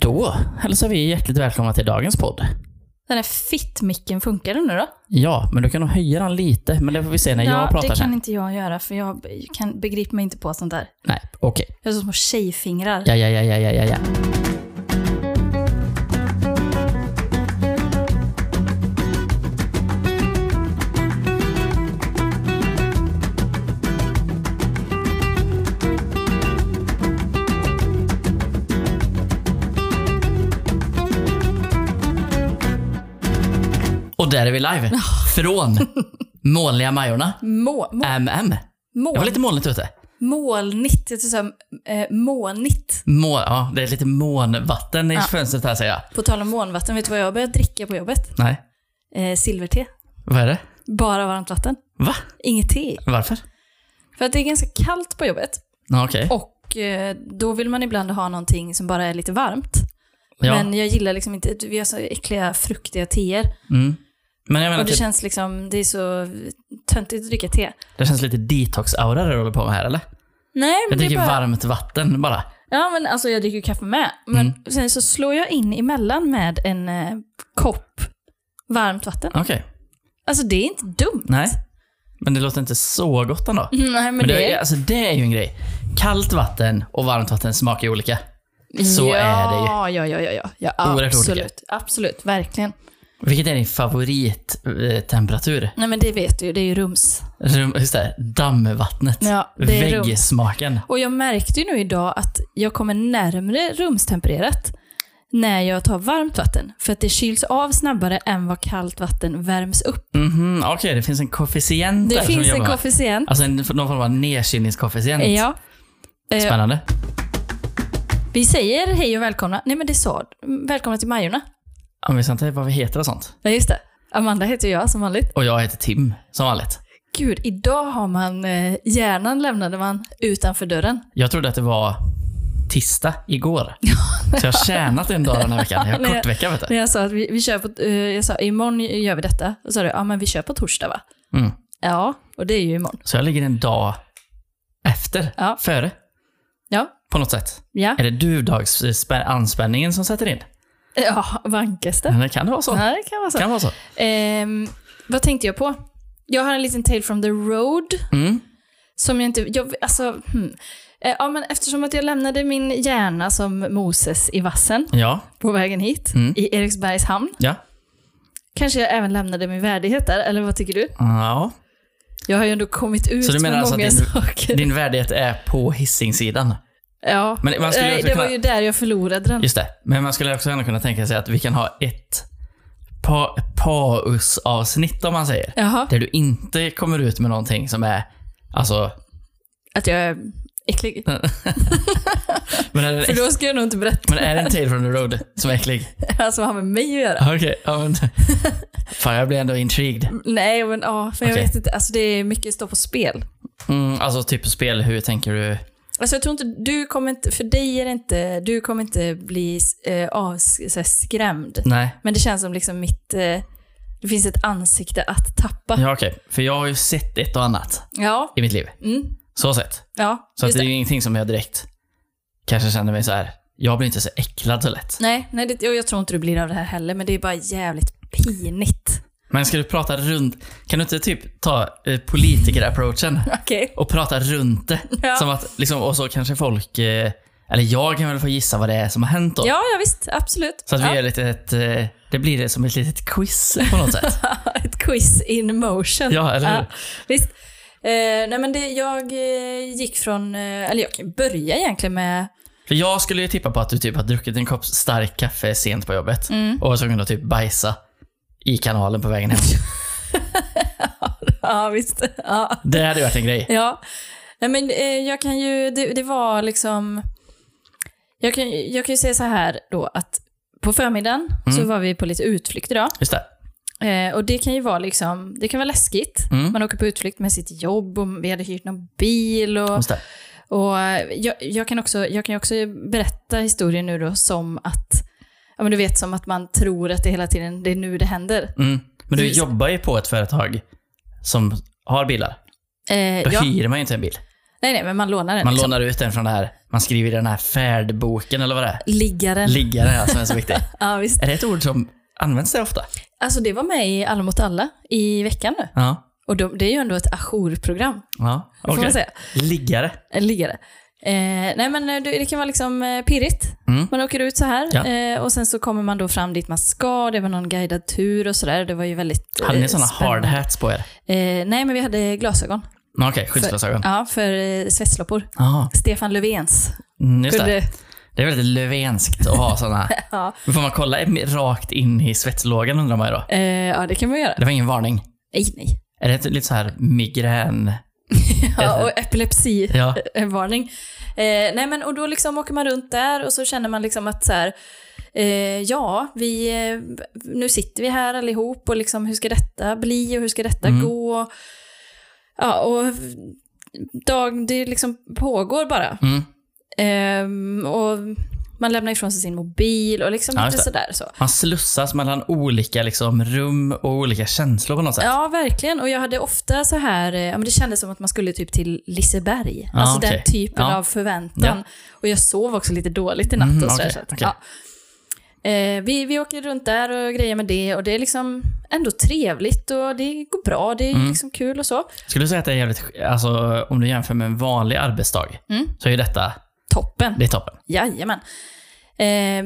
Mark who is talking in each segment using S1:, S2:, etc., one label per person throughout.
S1: Då hälsar vi hjärtligt välkomna till dagens podd.
S2: Den här fittmicken, funkar den nu då?
S1: Ja, men du kan nog höja den lite, men det får vi se när jag pratar
S2: det kan
S1: sen.
S2: inte jag göra för jag be- kan, begriper mig inte på sånt där.
S1: Nej, okej.
S2: Jag har så små tjejfingrar.
S1: Ja, ja, ja, ja, ja, ja, ja. Och där är vi live. Från Molniga Majorna.
S2: Må, må,
S1: MM. Jag var
S2: mål,
S1: lite molnigt ute.
S2: molnigt. Jag tror så här, eh, molnigt.
S1: Mån, ja, det är lite månvatten i
S2: Ja.
S1: fönstret här säger jag.
S2: På tal om molnvatten, vet du vad jag började dricka på jobbet?
S1: Nej,
S2: Eh, silverte.
S1: vad är det?
S2: Bara varmt vatten.
S1: Va?
S2: Inget te.
S1: Varför?
S2: För att det är ganska kallt på jobbet
S1: Ja, okej.
S2: och eh, då vill man ibland ha någonting som bara är lite varmt.
S1: Ja.
S2: Men jag gillar liksom inte, vi har så äckliga fruktiga teer.
S1: Mm. Men jag menar,
S2: Och
S1: det,
S2: det
S1: typ,
S2: känns liksom, det är så töntigt att dricka te.
S1: det känns lite detox-aura det du håller på med här, eller?
S2: Nej, men
S1: Jag
S2: det är
S1: dricker
S2: bara...
S1: varmt vatten bara.
S2: Ja, men alltså jag dricker ju kaffe med. Men
S1: Mm.
S2: sen så slår jag in emellan med en eh, kopp varmt vatten.
S1: Okej.
S2: Alltså det är inte dumt.
S1: Nej. Men det låter inte så gott ändå.
S2: Nej, Mm, men,
S1: Men
S2: det
S1: det, är- alltså, det är ju en grej. Kallt vatten och varmt vatten smakar ju olika. så
S2: ja,
S1: är det ju.
S2: Ja, ja, ja, ja. ja
S1: Oerhört
S2: absolut.
S1: olika.
S2: Absolut, verkligen.
S1: Vilket är din favorittemperatur?
S2: Nej, men det vet du ju, det är ju rums.
S1: Rum- Just det, dammvattnet.
S2: Ja, det är rums.
S1: Väggsmaken.
S2: Och jag märkte ju nu idag att jag kommer närmre rumstempererat när jag tar varmt vatten. För att det kyls av snabbare än vad kallt vatten värms upp.
S1: Mhm, Okej, det finns en koefficient där
S2: Det
S1: som vi
S2: finns
S1: jobbar
S2: en
S1: med.
S2: koefficient.
S1: Alltså en, någon form av nedkylningskoefficient.
S2: Ja. Eh,
S1: Spännande.
S2: Vi säger hej och välkomna. Nej men det sa Välkomna till Majorna.
S1: Om vi sa inte vad vi heter och sånt.
S2: Ja just det. Amanda heter jag som vanligt.
S1: Och jag heter Tim, som vanligt.
S2: Gud, idag har man... Eh, hjärnan lämnade man utanför dörren.
S1: Jag trodde att det var tisdag igår. Så jag har tjänat en dag den här veckan. Jag har
S2: Nej.
S1: kort vecka, vet du.
S2: När jag sa att vi, vi kör på... Eh, jag sa imorgon gör vi detta. Och så sa du, ja men vi kör på torsdag va?
S1: Mm.
S2: Ja, och det är ju imorgon.
S1: Så jag ligger en dag efter,
S2: Ja.
S1: före,
S2: Ja.
S1: på något sätt.
S2: Ja.
S1: Är det duvdagsanspänningen som sätter in?
S2: Ja, vankas det?
S1: Men kan det vara så?
S2: Ja, det kan vara så.
S1: Kan vara så.
S2: Ehm, vad tänkte jag på? Jag har en liten tale from the road.
S1: Mm.
S2: Som jag inte... Jag, alltså, hmm. Eh, Ja, men eftersom att jag lämnade min hjärna som Moses i vassen
S1: Ja.
S2: på vägen hit,
S1: Mm.
S2: i Eriksbergs hamn,
S1: Ja.
S2: kanske jag även lämnade min värdighet där, eller vad tycker du?
S1: ja.
S2: Jag har ju ändå kommit ut
S1: Så du
S2: med
S1: menar
S2: många
S1: alltså att din-
S2: saker.
S1: Din värdighet är på hissingsidan.
S2: ja.
S1: Men man skulle
S2: Nej,
S1: också
S2: det
S1: kunna-
S2: var ju där jag förlorade den.
S1: Just det. Men man skulle också gärna kunna tänka sig att vi kan ha ett pa- pausavsnitt om man säger.
S2: Jaha,
S1: Där du inte kommer ut med någonting som är, alltså,
S2: att jag är äcklig.
S1: men är det,
S2: För då ska jag nog inte berätta alltså,
S1: men är det en tale from the road som är äcklig?
S2: vad som har med mig att göra.
S1: Okej, ja men. Fan, jag blir ändå intrigued.
S2: Nej, men ja, för jag
S1: Okej.
S2: vet inte. Alltså det är mycket står på spel.
S1: Mm, alltså typ spel, hur tänker du?
S2: Alltså jag tror inte, du kommer inte, för dig är det inte, du kommer inte bli eh, avs- så här skrämd.
S1: Nej.
S2: Men det känns som liksom mitt, eh, det finns ett ansikte att tappa. Ja,
S1: Ja okej, för jag har ju sett ett och annat
S2: ja,
S1: i mitt liv.
S2: mm,
S1: Så sett.
S2: ja
S1: Så att det
S2: just
S1: är
S2: det.
S1: ju ingenting som jag direkt kanske känner mig så här. jag blir inte så äcklad så lätt.
S2: Nej, nej det, jag jag tror inte du blir av det här heller, men det är bara jävligt pinigt.
S1: Men ska du prata runt, kan du inte typ ta eh, politiker-approachen?
S2: Okej.
S1: och prata runt det.
S2: Ja.
S1: Som att, liksom, och så kanske folk, eh, eller jag kan väl få gissa vad det är som har hänt då.
S2: Ja, ja visst, absolut.
S1: Så att vi
S2: ja.
S1: gör lite ett, eh, det blir det som ett litet quiz på något sätt.
S2: Ett quiz in motion.
S1: Ja, eller hur?
S2: visst. Eh, nej men det, jag eh, gick från, eh, eller jag kan börja egentligen med,
S1: För jag skulle ju tippa på att du typ har druckit en kopp stark kaffe sent på jobbet
S2: Mm.
S1: och var tvungen att typ bajsa i kanalen på vägen hem.
S2: ja visst, ja.
S1: Det hade ju varit en grej.
S2: Ja. Nej, men eh, jag kan ju, det, det var liksom... Jag kan, jag kan ju säga så här då att på förmiddagen
S1: Mm.
S2: så var vi på lite utflykt idag.
S1: Just det.
S2: Eh, och det kan ju vara liksom, det kan vara läskigt.
S1: Mm.
S2: Man åker på utflykt med sitt jobb och vi hade hyrt någon bil. Och,
S1: Just det.
S2: och eh, jag, jag kan också, jag kan ju också berätta historien nu då som att, ja men du vet som att man tror att det hela tiden, det är nu det händer.
S1: Mm. Men du
S2: Just-
S1: jobbar ju på ett företag som har bilar.
S2: Eh,
S1: Då
S2: ja.
S1: hyr man ju inte en bil.
S2: Nej, nej, men man lånar den.
S1: Man
S2: liksom.
S1: lånar ut den från det här, man skriver i den här färdboken eller vad det är.
S2: Liggaren.
S1: Liggaren ja, som är så viktig.
S2: ja, visst.
S1: Är det ett ord som används där ofta?
S2: Alltså det var med i Alla mot alla i veckan nu.
S1: Ja.
S2: Och de, det är ju ändå ett ajourprogram,
S1: ja
S2: får
S1: okej.
S2: man säga.
S1: Liggare.
S2: En Liggare. Eh, nej men eh, det det kan vara liksom eh, pirrigt.
S1: Mm.
S2: Man åker ut så här
S1: Ja.
S2: eh, och sen så kommer man då fram dit man ska. Det var någon guidad tur och sådär. Det var ju väldigt
S1: Hade ni
S2: eh,
S1: sådana hard
S2: spännande.
S1: hats på er?
S2: Eh, nej, men vi hade glasögon.
S1: Nå, Okej, skyddsglasögon.
S2: Ja, för eh, svetsloppor.
S1: Ja,
S2: Stefan Löfvens.
S1: mm, just det.
S2: Kunde-
S1: Det är väldigt Löfvenskt att ha sådana.
S2: Ja.
S1: Men får man kolla rakt in i svetslågan undrar man ju då.
S2: Eh, ja, det kan man göra.
S1: Det var ingen varning.
S2: Nej, nej.
S1: Är det ett lite så här migrän...
S2: Ja, och epilepsi.
S1: Ja.
S2: en varning. Eh, nej men och då liksom åker man runt där och så känner man liksom att så här, eh, ja, vi, eh, nu sitter vi här allihop och liksom hur ska detta bli och hur ska detta
S1: Mm.
S2: gå? Ja, och dag, det liksom pågår bara.
S1: Mm.
S2: Ehm, och man lämnar ifrån sig sin mobil och liksom
S1: Ja, just
S2: lite
S1: det.
S2: sådär så.
S1: Man slussas mellan olika liksom, rum och olika känslor på något sätt.
S2: Ja, verkligen. Och jag hade ofta så här, eh, ja, men det kändes som att man skulle typ till Liseberg.
S1: Ja,
S2: alltså den
S1: Ah, okej.
S2: typen
S1: Ja.
S2: av förväntan. Och jag sov också lite dåligt i natt
S1: Mm,
S2: och sådär.
S1: okej,
S2: så att,
S1: okej.
S2: ja. Eh, vi, vi åker runt där och grejer med det och det är liksom ändå trevligt och det går bra, det är
S1: Mm.
S2: liksom kul och så.
S1: Skulle du säga att det är jävligt... Alltså, om du jämför med en vanlig arbetsdag,
S2: Mm.
S1: så är ju detta...
S2: Toppen,
S1: Det är toppen.
S2: jajamän. Eh,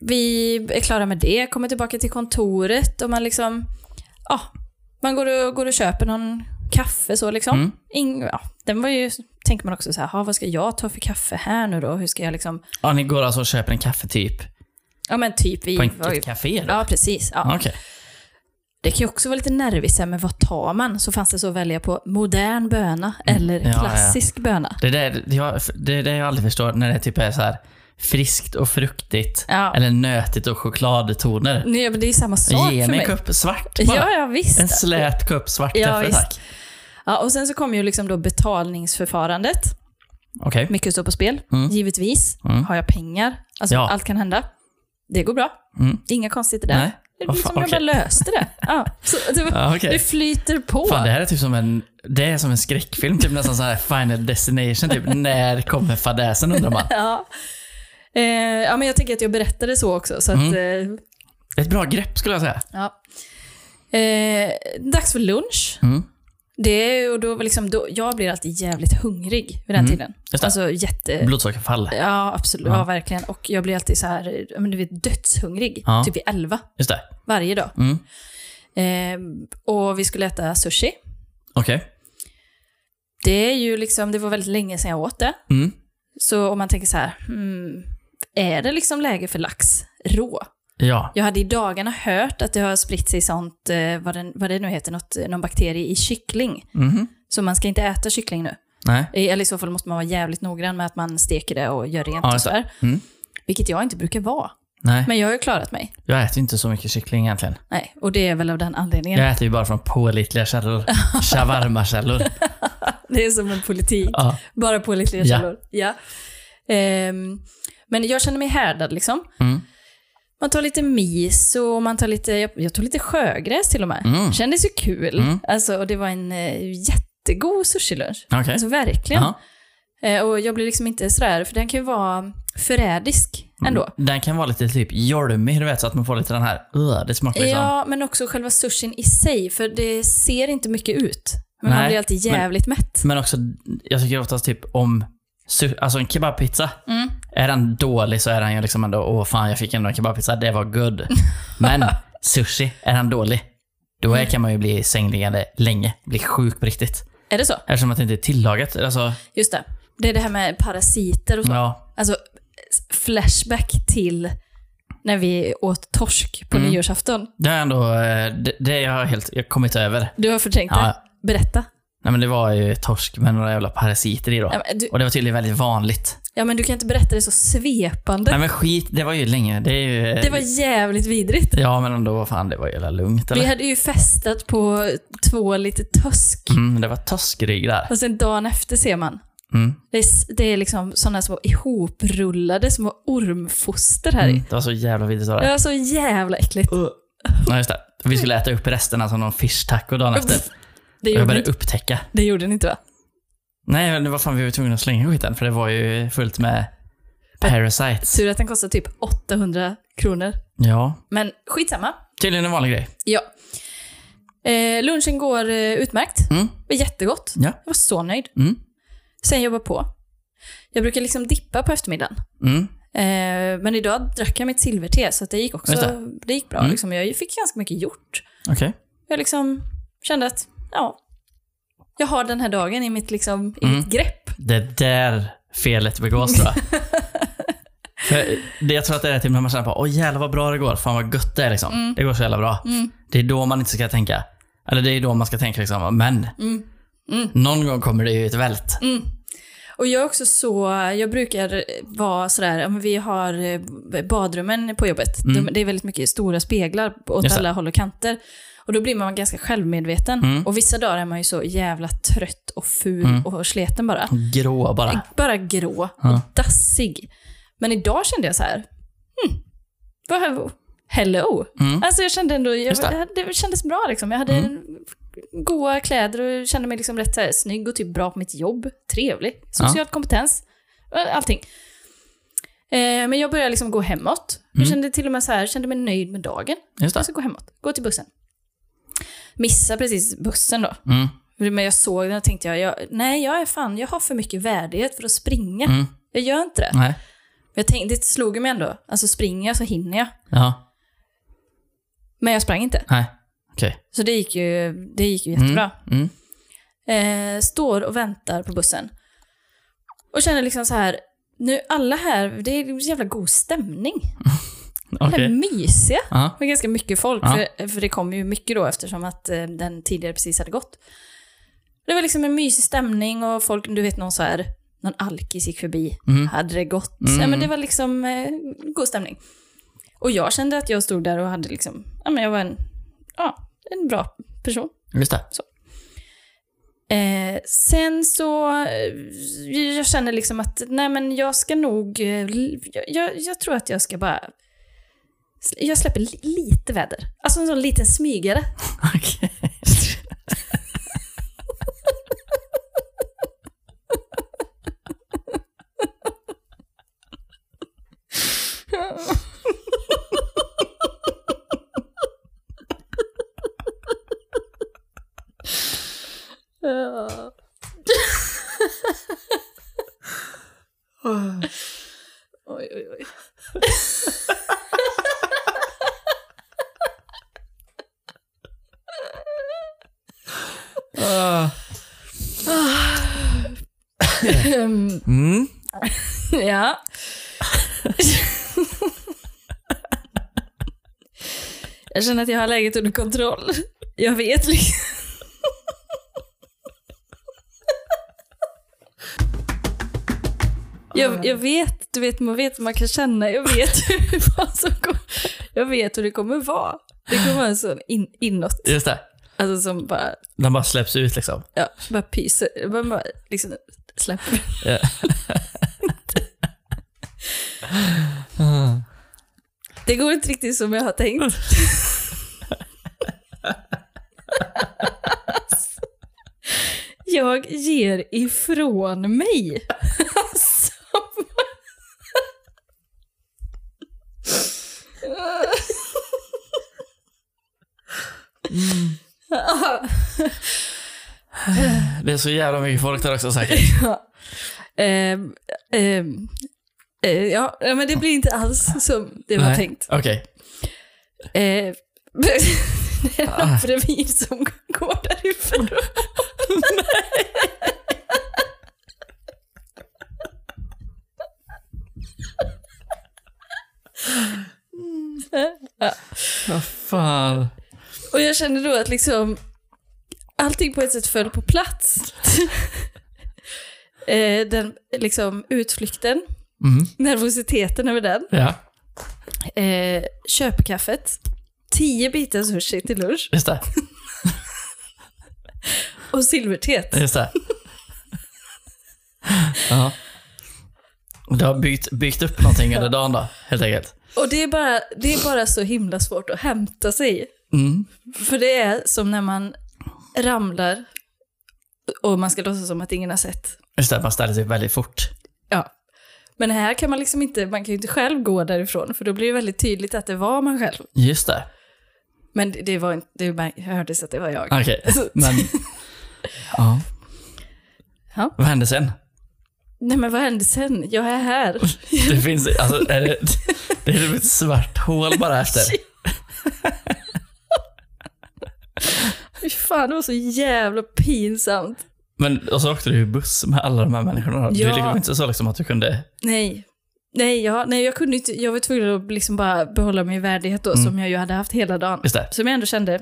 S2: vi är klara med det, kommer tillbaka till kontoret och man liksom, ja, man går och, går och köper någon kaffe så liksom.
S1: Mm.
S2: Ing, ja, den var ju, tänker man också så här, "Ha, vad ska jag ta för kaffe här nu då? Hur ska jag liksom,
S1: Ja, ni går alltså och köper en kaffe typ
S2: ja men typ vi
S1: på
S2: var ju,
S1: ett café då?
S2: Ja, precis. Ja.
S1: Ja, Okej.
S2: Det kan ju också vara lite nervis, så här, men vad tar man? Så fanns det så att välja på modern böna eller
S1: Mm. Ja, ja.
S2: klassisk böna.
S1: Det är det, jag, det är det jag aldrig förstår när det typ är så här friskt och fruktigt
S2: Ja.
S1: eller nötigt och chokladtoner.
S2: Nu, ja, men det är ju samma sak
S1: Ge
S2: för
S1: mig
S2: mig.
S1: en kopp svart bara.
S2: Ja, ja, visst.
S1: En slät kopp svart
S2: Ja,
S1: kaffe
S2: visst.
S1: tack.
S2: Ja, och sen så kom ju liksom då betalningsförfarandet.
S1: Okej.
S2: Mycket står på spel,
S1: Mm.
S2: givetvis.
S1: Mm.
S2: Har jag pengar? Alltså,
S1: Ja.
S2: allt kan hända. Det går bra.
S1: Mm.
S2: Inga konstigheter där.
S1: Nej.
S2: Det
S1: Vad
S2: blir som
S1: fan,
S2: jag bara
S1: okej.
S2: löste det. Ja, så, det, var,
S1: Ja, okej.
S2: det flyter på.
S1: Fan, det här är typ som en, det är som en skräckfilm, typ nästan så här Final Destination. Typ. När kommer fadäsen undrar man.
S2: Ja. Eh, ja, men jag tänker att jag berättade så också. Så
S1: Mm.
S2: att, eh,
S1: Ett bra grepp skulle jag säga.
S2: ja. eh, dags för lunch.
S1: Mm.
S2: Det är, och då, var liksom, då, jag blir alltid jävligt hungrig vid den tiden.
S1: Mm. Just det.
S2: Alltså jätte...
S1: Blodsockerfall.
S2: Ja, absolut. Ja.
S1: Ja.
S2: verkligen. Och jag blir alltid så här, ja, men du vet, dödshungrig.
S1: Ja.
S2: Typ vid elva
S1: Just det.
S2: varje dag.
S1: Mm.
S2: Eh, och vi skulle äta sushi.
S1: Okej.
S2: Det är ju liksom, det var väldigt länge sedan jag åt det.
S1: Mm.
S2: Så om man tänker så här, hmm, är det liksom läge för lax rå?
S1: Ja.
S2: Jag hade i dagarna hört att det har spritt sig sånt, eh, vad, den, vad det nu heter, något, någon bakterie i kyckling.
S1: Mhm.
S2: Så man ska inte äta kyckling nu.
S1: Nej.
S2: I- Eller i så fall måste man vara jävligt noggrann med att man steker det och gör rent
S1: Ja,
S2: och
S1: just det.
S2: sådär.
S1: Mm.
S2: Vilket jag inte brukar vara.
S1: Nej.
S2: Men jag har ju klarat mig.
S1: Jag äter ju inte så mycket kyckling egentligen.
S2: Nej, och det är väl av den anledningen.
S1: Jag äter ju bara från pålitliga källor. Shawarma-källor.
S2: Det är som en politik.
S1: Ja.
S2: Bara pålitliga
S1: Ja.
S2: källor. Ja. Ehm, men jag känner mig härdad liksom.
S1: Mm.
S2: Man tar lite miso, och man tar lite, jag, jag tog lite sjögräs till och med.
S1: Mm.
S2: Kändes ju kul.
S1: Mm.
S2: Alltså, och det var en eh, jättegod sushilunch.
S1: Okej.
S2: Alltså verkligen.
S1: Ja.
S2: Eh, och jag blir liksom inte sådär, för den kan ju vara förrädisk
S1: Mm.
S2: ändå.
S1: Den kan vara lite typ jolmig, du vet, så att man får lite den här, "Ugh", det smakar liksom.
S2: Ja, men också själva sushin i sig, för det ser inte mycket ut. Men man
S1: Nej,
S2: blir alltid
S1: men-
S2: jävligt mätt.
S1: Men också, jag tycker oftast typ om, su- alltså en kebabpizza.
S2: Mm.
S1: Är den dålig så är den ju liksom ändå, åh fan jag fick ändå en kebabpizza, det var good. Men sushi, är den dålig, då
S2: Mm.
S1: är, kan man ju bli sängliggande länge, bli sjuk på riktigt.
S2: Är det så?
S1: Eftersom att det inte är tillagat. Alltså,
S2: Just det. Det är det här med parasiter och så.
S1: ja.
S2: Alltså, flashback till när vi åt torsk på
S1: Mm.
S2: nyårsafton.
S1: Det är ändå, eh, det, det har jag helt, jag har kommit över.
S2: Du har förträngt
S1: Ja.
S2: det. Berätta.
S1: Nej men det var ju torsk med några jävla parasiter i då.
S2: Ja men, du,
S1: Och det var tydligen väldigt vanligt.
S2: ja, men du kan inte berätta det så svepande.
S1: Nej men skit, det var ju länge. Det är ju...
S2: det var jävligt vidrigt.
S1: Ja men ändå, vad fan, det var ju jävla lugnt
S2: Vi
S1: eller?
S2: hade ju festat på två lite tusk.
S1: Mm, det var toskrygg där.
S2: Och sen dagen efter ser man.
S1: Mm.
S2: Det är, s- det är liksom sådana små ihoprullade små ormfoster här i.
S1: Det var så jävla vidrigt av
S2: Det
S1: det.
S2: var så jävla äckligt.
S1: Uh. Ja just det. Vi skulle äta upp resterna som någon fish taco dagen efter.
S2: Det
S1: Och jag
S2: gjorde, ni
S1: började
S2: inte,
S1: upptäcka.
S2: det gjorde ni inte va?
S1: Nej, men vad fan, vi var tvungna att slänga skiten för det var ju fullt med parasites.
S2: Tur att den kostar typ 800 kronor.
S1: Ja,
S2: Men skitsamma.
S1: tydligen en vanlig grej.
S2: Ja. Eh, lunchen går eh, utmärkt.
S1: Mm.
S2: Det var jättegott.
S1: Ja.
S2: Jag var så nöjd.
S1: Mm.
S2: Sen jobbar på. Jag brukar liksom dippa på eftermiddagen.
S1: Mm.
S2: Eh, men idag drack jag mitt silverte, så att det gick också
S1: Just
S2: det. gick bra.
S1: Mm.
S2: Liksom. Jag fick ganska mycket gjort.
S1: Okej.
S2: Jag liksom kände att, ja, jag har den här dagen i mitt, liksom, i
S1: Mm.
S2: mitt grepp.
S1: Det där felet begås tror jag. För det, jag tror att det är typ när man känner på åh jävlar vad bra det går, fan vad gött det är liksom.
S2: Mm.
S1: Det går så jävla bra. Det är då man inte ska tänka, eller det är då man ska tänka liksom, men
S2: Mm.
S1: någon gång kommer det ju ett vält.
S2: Och jag är också så, jag brukar vara sådär, ja, men vi har eh, badrummen på jobbet. De, det är väldigt mycket stora speglar åt
S1: Mm. Just det.
S2: alla håll och kanter. Och då blir man ganska självmedveten.
S1: Mm.
S2: Och vissa dagar är man ju så jävla trött och ful och sleten bara.
S1: Grå bara.
S2: Bara grå och
S1: Ja.
S2: dassig. Men idag kände jag så här, hmm, vad, hello.
S1: Mm.
S2: Alltså jag kände ändå, jag,
S1: Just det. Mm.
S2: det. kändes bra liksom. Jag hade goa kläder och kände mig liksom rätt så här, snygg och typ bra på mitt jobb. Trevlig. Social kompetens. Allting. Eh, men jag började liksom gå hemåt.
S1: Mm.
S2: Jag kände till och med så här, kände mig nöjd med dagen.
S1: Just
S2: Jag
S1: det.
S2: ska gå hemåt. Gå till bussen. Missa precis bussen då.
S1: Mm.
S2: Men jag såg den och tänkte jag, jag nej jag är fan, jag har för mycket värdighet för att springa.
S1: Mm.
S2: Jag gör inte det. Men
S1: Nej.
S2: jag tänkte, det slog mig ändå. Alltså springer jag så hinner jag.
S1: Ja.
S2: Men jag sprang inte.
S1: Nej. Okej.
S2: Så det gick ju, det gick ju jättebra.
S1: Mm.
S2: Eh, står och väntar på bussen. Och känner liksom så här, nu alla här, det är så jävla god stämning.
S1: Okej.
S2: Det är mysiga.
S1: Ja.
S2: Det var ganska mycket folk,
S1: Ja.
S2: för, för det kom ju mycket då eftersom att eh, den tidigare precis hade gått. Det var liksom en mysig stämning och folk, du vet någon så här, någon alkis gick förbi,
S1: Mm.
S2: hade det gått. Ja, men det var liksom eh, god stämning. Och jag kände att jag stod där och hade liksom, ja men jag var en, ja, en bra person.
S1: Just det.
S2: Eh, sen så, eh, jag känner liksom att, nej men jag ska nog, eh, l- jag, jag, jag tror att jag ska bara, jag släpper li- lite väder. Alltså en sån liten smygare.
S1: Okej.
S2: Oj, oj, oj.
S1: Ah.
S2: Ehm,
S1: Mm.
S2: ja. jag känner att jag har läget under kontroll. Jag vet liksom. Jag, jag vet, du vet, man vet hur man kan känna. Jag vet hur, vad som kom, jag vet hur det kommer vara. Det kommer vara en sån in, inåt,
S1: Just det.
S2: alltså som bara,
S1: Den bara släpps ut liksom.
S2: ja, bara pyser, bara, bara liksom släpper.
S1: Ja.
S2: Det går inte riktigt som jag har tänkt. Jag ger ifrån mig. Alltså. Mm.
S1: Det är så jävla mycket folk där också säkert.
S2: Ehm, ehm, eh, ja, ja, men det blir inte alls som det var
S1: Nej.
S2: tänkt.
S1: Okej.
S2: Eh, det är en bredvid som går därifrån. Ja.
S1: Vad fan.
S2: Och jag kände då att liksom allting på ett sätt föll på plats. Eh, den liksom utflykten,
S1: Mm.
S2: nervositeten över den,
S1: Ja,
S2: eh, köpkaffet, tio bitar sushi till lunch
S1: just det.
S2: och silvertet.
S1: Just det. ja. Du har byggt, byggt upp någonting under dagen då, helt enkelt.
S2: Och det är, bara, det är bara så himla svårt att hämta sig.
S1: Mm.
S2: För det är som när man ramlar Och man ska låtsas som att ingen har sett.
S1: Just det, man ställer sig väldigt fort.
S2: Ja. Men här kan man liksom inte, man kan ju inte själv gå därifrån, för då blir det väldigt tydligt att det var man själv.
S1: Just det.
S2: Men det, det var inte, det mär- hördes att det var jag.
S1: Okej,
S2: Så-
S1: men... Ja.
S2: Ja.
S1: Vad hände sen?
S2: Nej men vad hände sen? Jag är här.
S1: Det finns... Alltså, är det, det är typ ett svart hål bara efter.
S2: Fy fan, det var så jävla pinsamt.
S1: Men, och så åkte du ju buss med alla de här människorna. Du
S2: Ja.
S1: Det var inte så liksom att du kunde...
S2: Nej. Nej, jag, nej, jag kunde inte, jag var tvungen att liksom bara behålla min värdighet då, som jag ju hade haft hela dagen.
S1: Mm. Just det.
S2: Som jag ändå kände,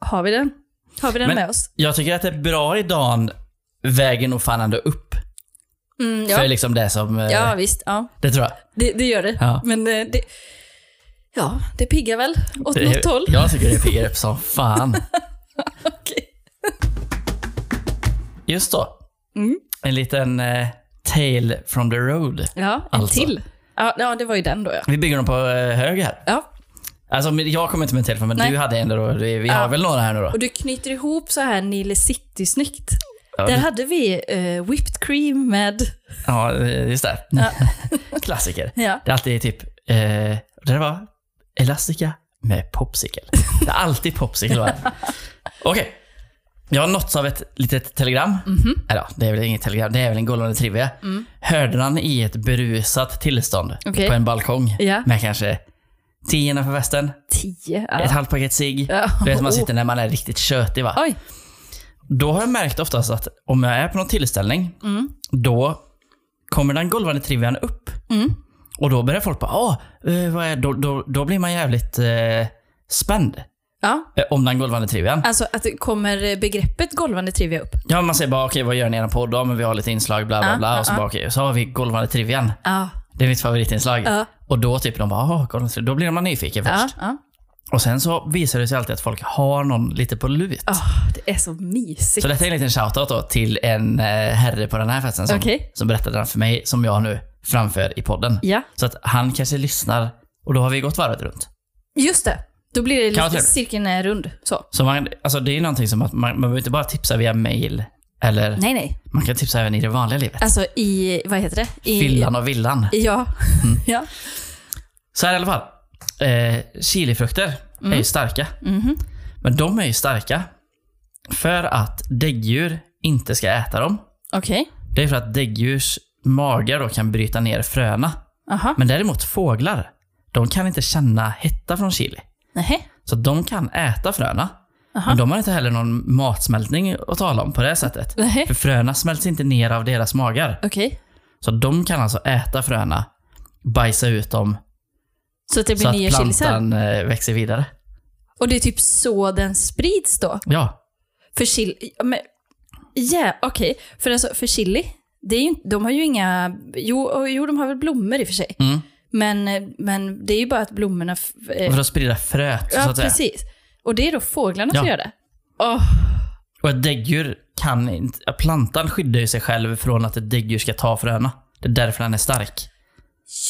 S2: har vi den? Har vi den
S1: Men-
S2: med oss?
S1: Jag tycker att det är bra i dagen vägen nog fan ändå upp.
S2: Mm,
S1: För
S2: ja.
S1: liksom det som... eh,
S2: ja, visst. Ja.
S1: Det tror jag.
S2: Det, det gör det.
S1: Ja.
S2: Men eh, det, ja, det piggar väl åt något håll.
S1: Jag tycker det piggar upp som fan.
S2: Okej.
S1: Just då.
S2: Mm.
S1: En liten eh, tale from the road.
S2: Ja, en
S1: Alltså.
S2: till. Ja, ja, det var ju den då ja.
S1: Vi bygger dem på eh, hög här.
S2: ja.
S1: Alltså, men jag kommer inte med en till, men
S2: Nej.
S1: du hade en där då. Vi, vi
S2: Ja.
S1: har väl några här nu då?
S2: Och du knyter ihop så här Nile City snyggt.
S1: Ja,
S2: Där
S1: det-
S2: hade vi eh, whipped cream med...
S1: Ja, eh, just det.
S2: Ja.
S1: Klassiker.
S2: Ja.
S1: Det är alltid typ, eh, det var Elastica med popsicle. Det är alltid popsicle va? Okej. Jag har nåtts av ett litet telegram.
S2: Mhm.
S1: Eller ja, det är väl inget telegram, det är väl en golvande trivia. Hörde han i ett berusat tillstånd
S2: Mm. Okej.
S1: på en balkong
S2: Ja.
S1: med kanske tio innanför västen,
S2: Tio.
S1: ett
S2: Ja.
S1: halvt paket cigg.
S2: Ja.
S1: Du vet som man
S2: Oh.
S1: sitter när man är riktigt tjötig va?
S2: Oj.
S1: Då har jag märkt oftast att om jag är på någon tillställning, då kommer den golvande trivian upp.
S2: Mm.
S1: Och då börjar folk bara, "Ah, eh, vad är, då, då, då blir man jävligt eh, spänd.
S2: Ja.
S1: eh, Om den golvande trivian.
S2: Alltså att det kommer begreppet golvande trivia upp?
S1: Ja, man säger bara, okej vad gör ni i er podd? Ja, men vi har lite inslag, bla bla
S2: Ja,
S1: bla.
S2: ja,
S1: och så
S2: ja.
S1: bara, okej, så har vi golvande trivian.
S2: Ja.
S1: Det är mitt favoritinslag.
S2: Ja.
S1: Och då typ de bara, "Ah, golvande trivian. Då blir man nyfiken
S2: Ja.
S1: först.
S2: ja.
S1: Och sen så visar det sig alltid att folk har någon lite på lut.
S2: Ah, det är så mysigt.
S1: Så detta är en liten shoutout då till en eh, herre på den här festen som,
S2: Okej.
S1: som berättade den för mig, som jag nu framför i podden.
S2: Ja.
S1: Så att han kanske lyssnar och då har vi gått varvet runt.
S2: Just det. Då blir det
S1: Kan vara
S2: lite
S1: trevligt.
S2: cirkeln är rund. Så.
S1: Så man, alltså det är någonting som att man, man behöver inte bara tipsa via mail, eller
S2: Nej, nej.
S1: man kan tipsa även i det vanliga livet.
S2: Alltså i, vad heter det? I,
S1: Fyllan och villan.
S2: Ja.
S1: Mm.
S2: ja.
S1: Så här i alla fall. Eh, chilifrukter är
S2: Mm.
S1: ju starka.
S2: Mm-hmm.
S1: Men de är ju starka för att däggdjur inte ska äta dem.
S2: Okej.
S1: Det är för att däggdjurs magar då kan bryta ner fröna.
S2: Aha.
S1: Men däremot fåglar, de kan inte känna hetta från chili.
S2: Nähä.
S1: Så de kan äta fröna.
S2: Aha.
S1: Men de har inte heller någon matsmältning att tala om på det här sättet.
S2: Nähä.
S1: För fröna smälts inte ner av deras magar.
S2: Okej.
S1: Så de kan alltså äta fröna, bajsa ut dem
S2: Så att det
S1: så
S2: blir
S1: att
S2: nya chilisar?
S1: plantan eh, växer vidare.
S2: Och det är typ så den sprids då?
S1: Ja,
S2: För chili... Ja, men- ja okej. För, alltså, för chili, det är ju, inte- de har ju inga... Jo, och- jo, de har väl blommor i och för sig.
S1: Mm.
S2: Men, eh, men det är ju bara att blommorna... f- eh,
S1: för att sprida fröet så
S2: ja,
S1: att säga.
S2: precis. Och det är då fåglarna som
S1: Ja.
S2: gör det? Åh,
S1: Och ett däggdjur kan inte... ja, Plantan skyddar ju sig själv från att ett däggdjur ska ta fröna. Det är därför den är stark.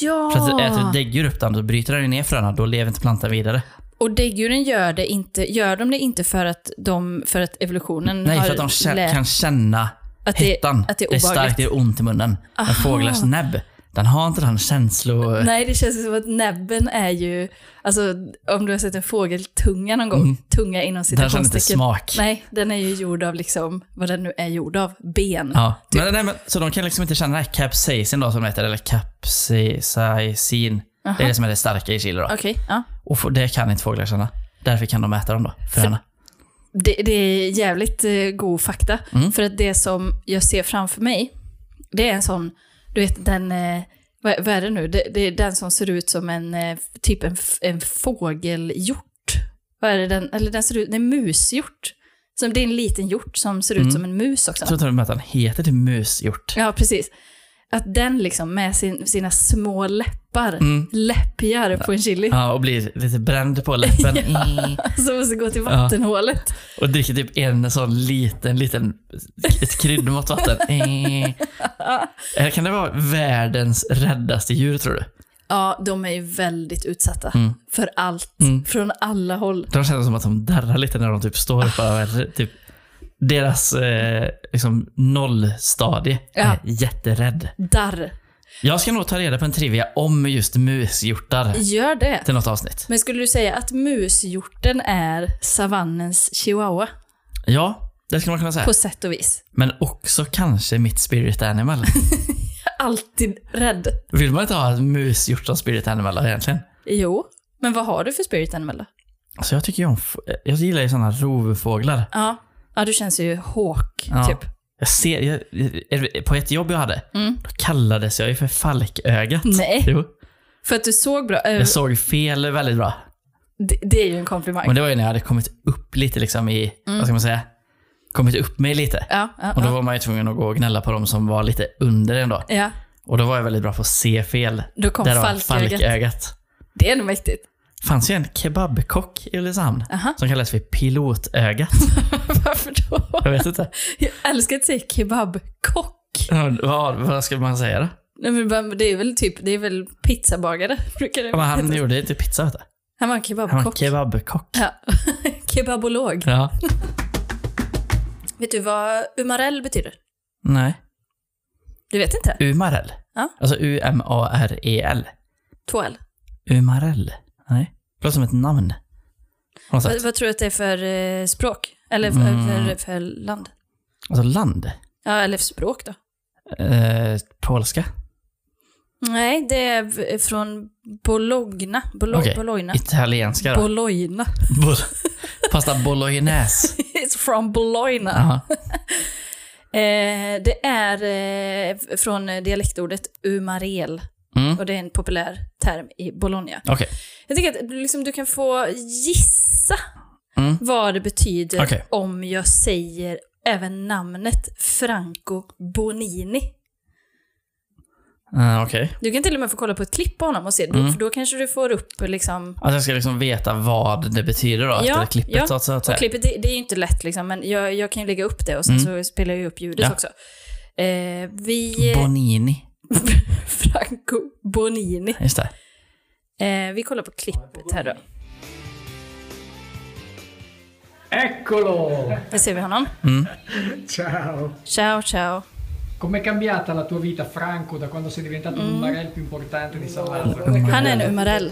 S2: ja!
S1: För att äter ett däggdjur upp den, då bryter den ju ner fröna. Då lever inte plantan vidare.
S2: och däggdjuren gör, det inte, gör de det inte för att, de, för att evolutionen
S1: Nej,
S2: har
S1: för att de kä-
S2: lä-
S1: kan känna
S2: Att det-
S1: hettan.
S2: att det är
S1: det är starkt,
S2: obehagligt.
S1: det är ont i munnen. Men fåglars näbb, den har inte den känslo...
S2: Nej, det känns ju som att näbben är ju... Alltså, om du har sett en fågeltunga någon gång, tunga
S1: Mm.
S2: inom
S1: Den känner inte
S2: citationstecken.
S1: smak.
S2: Nej, den är ju gjord av liksom, vad den nu är gjord av, ben.
S1: Ja. Men, nej, men, så de kan liksom inte känna den här capsaicin då som det heter, eller capsaicin. Det är det som är det starka i chili då.
S2: Okej, ja.
S1: Och få- det kan inte fåglar känna. Därför kan de äta dem då, fröna.
S2: Det, det är jävligt eh, god fakta.
S1: Mm.
S2: För att det som jag ser framför mig, det är en sån, du vet den, eh, vad, vad är det nu, det, det är den som ser ut som en, eh, typ en, f- en fågelhjort. Vad är det den, eller den ser ut, nej mushjort. Som, det är en liten hjort som ser ut
S1: Mm.
S2: som en mus också.
S1: Jag tror inte de att den heter typ mushjort.
S2: Ja, precis. Att den liksom med sin, sina små läppar
S1: Mm.
S2: läppjar på en chili.
S1: Ja, och blir lite bränd på läppen. Eh.
S2: Som måste gå till vattenhålet.
S1: Och dricker typ en sån liten, liten, ett kryddmått vatten. Eh. Eller kan det vara världens räddaste djur tror du?
S2: Ja, de är ju väldigt utsatta.
S1: Mm.
S2: För allt. Från alla håll.
S1: De känner som att de darrar lite när de typ står på typ Deras eh, liksom nollstadie
S2: Ja.
S1: är jätterädd.
S2: Darr.
S1: Jag ska nog ta reda på en trivia om just mushjortar
S2: Gör det.
S1: till något avsnitt.
S2: Men skulle du säga att mushjorten är savannens chihuahua?
S1: Ja, det skulle man kunna säga.
S2: På sätt och vis.
S1: Men också kanske mitt spirit animal.
S2: Alltid rädd.
S1: Vill man inte ha ett mushjort som spirit animal egentligen?
S2: Jo. Men vad har du för spirit animal då?
S1: Alltså jag tycker ju om, jag gillar ju sådana rovfåglar.
S2: Ja. Ja, du känns ju hawk,
S1: Ja.
S2: typ.
S1: Jag ser, jag, är- på ett jobb jag hade,
S2: Mm.
S1: då kallades jag ju för falkögat.
S2: Nej.
S1: Jo,
S2: För att du såg bra eh,
S1: jag såg fel väldigt bra.
S2: det, det är ju en komplimang.
S1: Men det var ju när jag hade kommit upp lite liksom i, vad ska man säga, kommit upp mig lite.
S2: Ja, ja,
S1: Och då
S2: Mm. ja.
S1: var man ju tvungen att gå och gnälla på dem som var lite under en då.
S2: ja.
S1: Och då var jag väldigt bra på att se fel.
S2: Då kom
S1: Där var
S2: falkögat.
S1: falkögat.
S2: Det är nog mäktigt.
S1: fanns ju en kebabkock i Ulricehamn
S2: Aha.
S1: som kallades för pilotögat.
S2: Varför då?
S1: Jag vet inte.
S2: Jag älskar att säga kebabkock.
S1: Ja, Vad, vad ska man säga då?
S2: Nej, men bara- det är väl typ, det är väl pizzabagare, brukar det
S1: Ja, men
S2: heta.
S1: han gjorde inte pizza vet du.
S2: Han var en
S1: Han var
S2: kebabkock.
S1: kebabkock.
S2: ja. Kebabolog.
S1: Ja.
S2: Vet du vad umarell betyder?
S1: Nej.
S2: Du vet inte?
S1: Umarell.
S2: Ja.
S1: Alltså U-M-A-R-E-L.
S2: Två L.
S1: E Umarell. Nej. Det låter som ett namn. På något
S2: Vad,
S1: sätt.
S2: vad tror du att det är för eh, språk? Eller för,
S1: Mm.
S2: för, för land?
S1: Alltså land.
S2: Ja, eller för språk då?
S1: Eh, polska.
S2: Nej, det är v- från Bologna. Bolo-
S1: Okej.
S2: Bologna.
S1: Italienska då.
S2: Bologna.
S1: Bol- Pasta bolognese.
S2: It's from Bologna.
S1: Jaha.
S2: Eh, det är eh, f- från eh, dialektordet umarel.
S1: Mm.
S2: Och det är en populär term i Bologna.
S1: Okej.
S2: Jag tycker att du, liksom, du kan få gissa
S1: Mm.
S2: vad det betyder
S1: Okej.
S2: om jag säger även namnet Franco Bonini.
S1: Eh, Okej.
S2: Du kan till och med få kolla på ett klipp på honom och se,
S1: Mm.
S2: då, för då kanske du får upp liksom...
S1: Att jag ska liksom veta vad det betyder då efter klippet
S2: ja.
S1: så att så att
S2: Och
S1: säga.
S2: klippet, det, det är ju inte lätt liksom, men jag, jag kan ju lägga upp det och sen så spelar jag ju upp ljudet
S1: Mm. Ja.
S2: också. Eh, vi...
S1: Bonini.
S2: Franco Bonini.
S1: Just det.
S2: Eh, vi kollar på klippet här då.
S3: Eccolo!
S2: Där ser vi honom.
S3: Ciao!
S2: Ciao, ciao.
S3: Com'è cambiata la tua vita, Franco, da quando sei diventato un barel più importante di San Marco?
S2: Han är en umarell.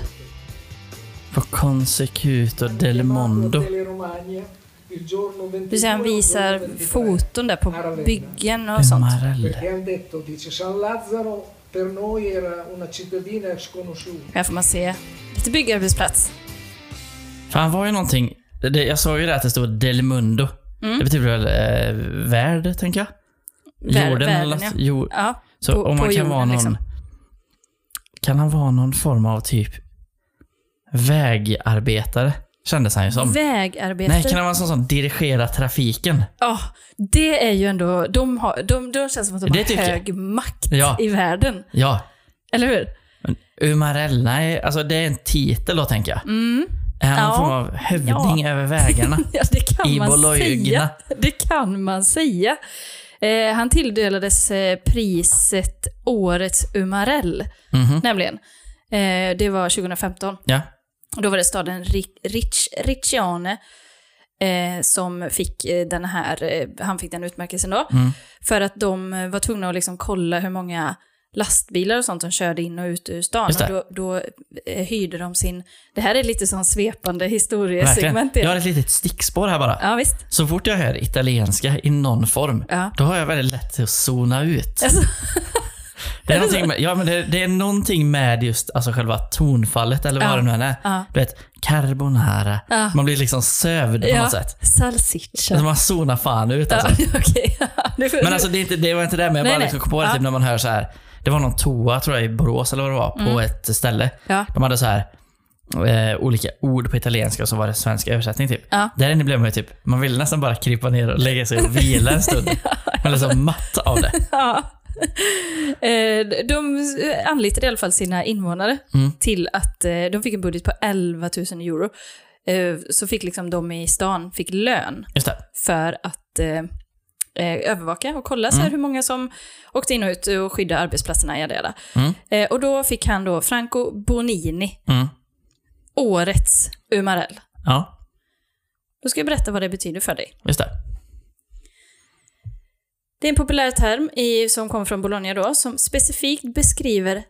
S1: På Consecuto del Mondo.
S4: Il giorno
S2: Du
S4: 21
S2: ser, han visar foton där på byggen och sånt.
S1: Umarell.
S4: perché hanno detto, dice San Lazzaro per noi era una cittadina sconosciuta.
S2: Här får man se lite byggarbetsplats.
S1: För han var ju någonting. Det, jag såg ju där att det stod Del Mundo.
S2: Mm.
S1: Det betyder väl eh, värld, tänker jag?
S2: Vär-
S1: Jorden
S2: världen,
S1: eller något.
S2: ja.
S1: Jo,
S2: Ja,
S1: så
S2: på-
S1: om man
S2: på
S1: kan vara någon...
S2: jorden, liksom.
S1: Kan han vara någon form av typ vägarbetare? Kändes han ju som. Nej, kan
S2: vägarbetare.
S1: han vara en sån som dirigerar trafiken?
S2: Ja, det är ju ändå... De, har, de, de känns som att de
S1: Det
S2: har
S1: tycker jag.
S2: hög makt
S1: Ja.
S2: i världen.
S1: Ja.
S2: Eller hur?
S1: Umarell, nej, alltså det är en titel då tänker jag. Är han någon
S2: Mm. Ja.
S1: form av hövding över vägarna?
S2: Ja, det kan
S1: I
S2: man
S1: Bologna.
S2: säga. Det kan man säga. Eh, han tilldelades eh, priset Årets Umarell,
S1: Mhm.
S2: nämligen. Eh, det var 2015.
S1: Ja.
S2: Då var det staden Ri- Rich, Riccione eh, som fick eh, den här, eh, han fick den utmärkelsen då.
S1: Mm.
S2: För att de eh, var tvungna att liksom kolla hur många lastbilar och sånt som körde in och ut ur stan.
S1: Just
S2: Och
S1: det.
S2: då, då eh, hyrde de sin, det här är lite som svepande
S1: Verkligen.
S2: historiesegment.
S1: Jag har ett litet stickspår här bara.
S2: Ja, visst.
S1: Så fort jag hör italienska i någon form,
S2: Ja.
S1: då har jag väldigt lätt till att zona ut.
S2: Alltså,
S1: Det är, någonting med, ja, men det, det är någonting med just alltså, själva tonfallet eller vad
S2: Ja.
S1: det nu än är.
S2: Ja.
S1: Du vet, carbonara.
S2: Ja.
S1: Man blir liksom sövd på något sätt.
S2: Salsiccia.
S1: Alltså, man zonar fan ut
S2: Ja,
S1: alltså.
S2: Okej. Det får-
S1: Men alltså det, är inte, det var inte det, men jag
S2: Nej,
S1: bara
S2: nej.
S1: liksom kom på det
S2: Ja.
S1: typ när man hör så här. Det var någon toa tror jag i Borås eller vad det var, på
S2: Mm.
S1: ett ställe.
S2: Ja.
S1: De hade så här eh, olika ord på italienska och så var det svensk översättning typ.
S2: Ja.
S1: Där inne blev man ju typ, man ville nästan bara krypa ner och lägga sig och vila en stund. Man blev så matt av det.
S2: Ja. Eh, De anlitade i alla fall sina invånare
S1: Mm.
S2: till att eh, de fick en budget på 11 000 euro. Eh, Så fick liksom de i stan fick lön
S1: Just det.
S2: för att eh, eh, övervaka och kolla
S1: Mm.
S2: så här hur många som åkte in och ut och skydda arbetsplatserna. Jada, jada. Eh, Och då fick han då Franco Bonini,
S1: Mm.
S2: årets Umarell.
S1: Ja,
S2: Då ska jag berätta vad det betyder för dig.
S1: just det.
S2: Det är en populär term i, som kommer från Bologna då, som specifikt beskriver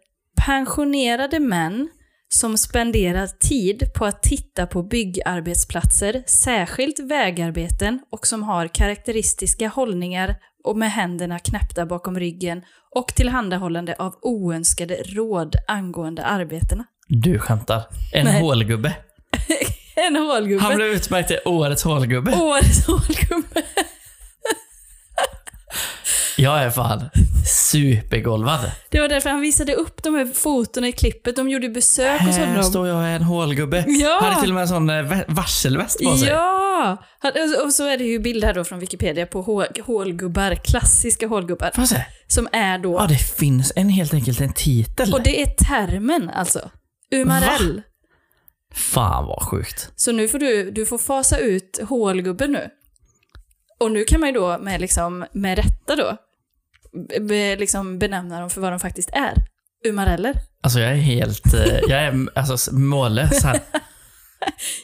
S2: pensionerade män som spenderar tid på att titta på byggarbetsplatser, särskilt vägarbeten, och som har karaktäristiska hållningar och med händerna knäppta bakom ryggen och tillhandahållande av oönskade råd angående arbetena.
S1: Du skämtar. En
S2: Nej.
S1: hålgubbe.
S2: En hålgubbe.
S1: Han blev utmärkt till årets hålgubbe.
S2: Årets hålgubbe.
S1: Jag är fan supergolvad.
S2: Det var därför han visade upp de här fotona i klippet. De gjorde besök hos
S1: Här
S2: honom.
S1: står jag och är en hålgubbe.
S2: Ja.
S1: Hade till och med en sån eh, vä- varselväst på sig.
S2: Ja! Han- Och så är det ju bilder här då från Wikipedia på hå- hålgubbar, klassiska hålgubbar,
S1: Får jag se?
S2: som är då...
S1: Ja, det finns en helt enkelt en titel.
S2: Och det är termen alltså. Umarell.
S1: Fan vad sjukt.
S2: Så nu får du, du får fasa ut hålgubben nu. Och nu kan man ju då med, liksom, med rätta då be- be, liksom benämna dem för vad de faktiskt är. Umareller.
S1: Alltså jag är helt, eh, jag är mm, alltså, s- mållös här.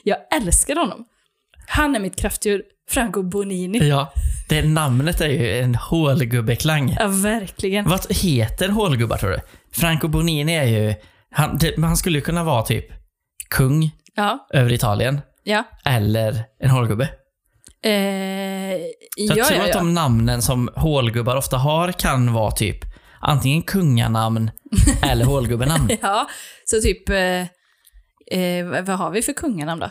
S2: Jag älskar honom. Han är mitt kraftdjur, Franco Bonini.
S1: Ja, det namnet är ju en hålgubbeklang.
S2: Ja, verkligen.
S1: Vad heter hålgubbar tror du? Franco Bonini är ju, han, det, han skulle ju kunna vara typ kung
S2: Ja,
S1: över Italien
S2: ja.
S1: eller en hålgubbe.
S2: Eh,
S1: Så
S2: ja,
S1: jag tror
S2: ja,
S1: att
S2: ja.
S1: de namnen som hålgubbar ofta har kan vara typ antingen kunganamn eller hålgubbenamn.
S2: ja. Så typ, eh, eh, vad har vi för kunganamn då?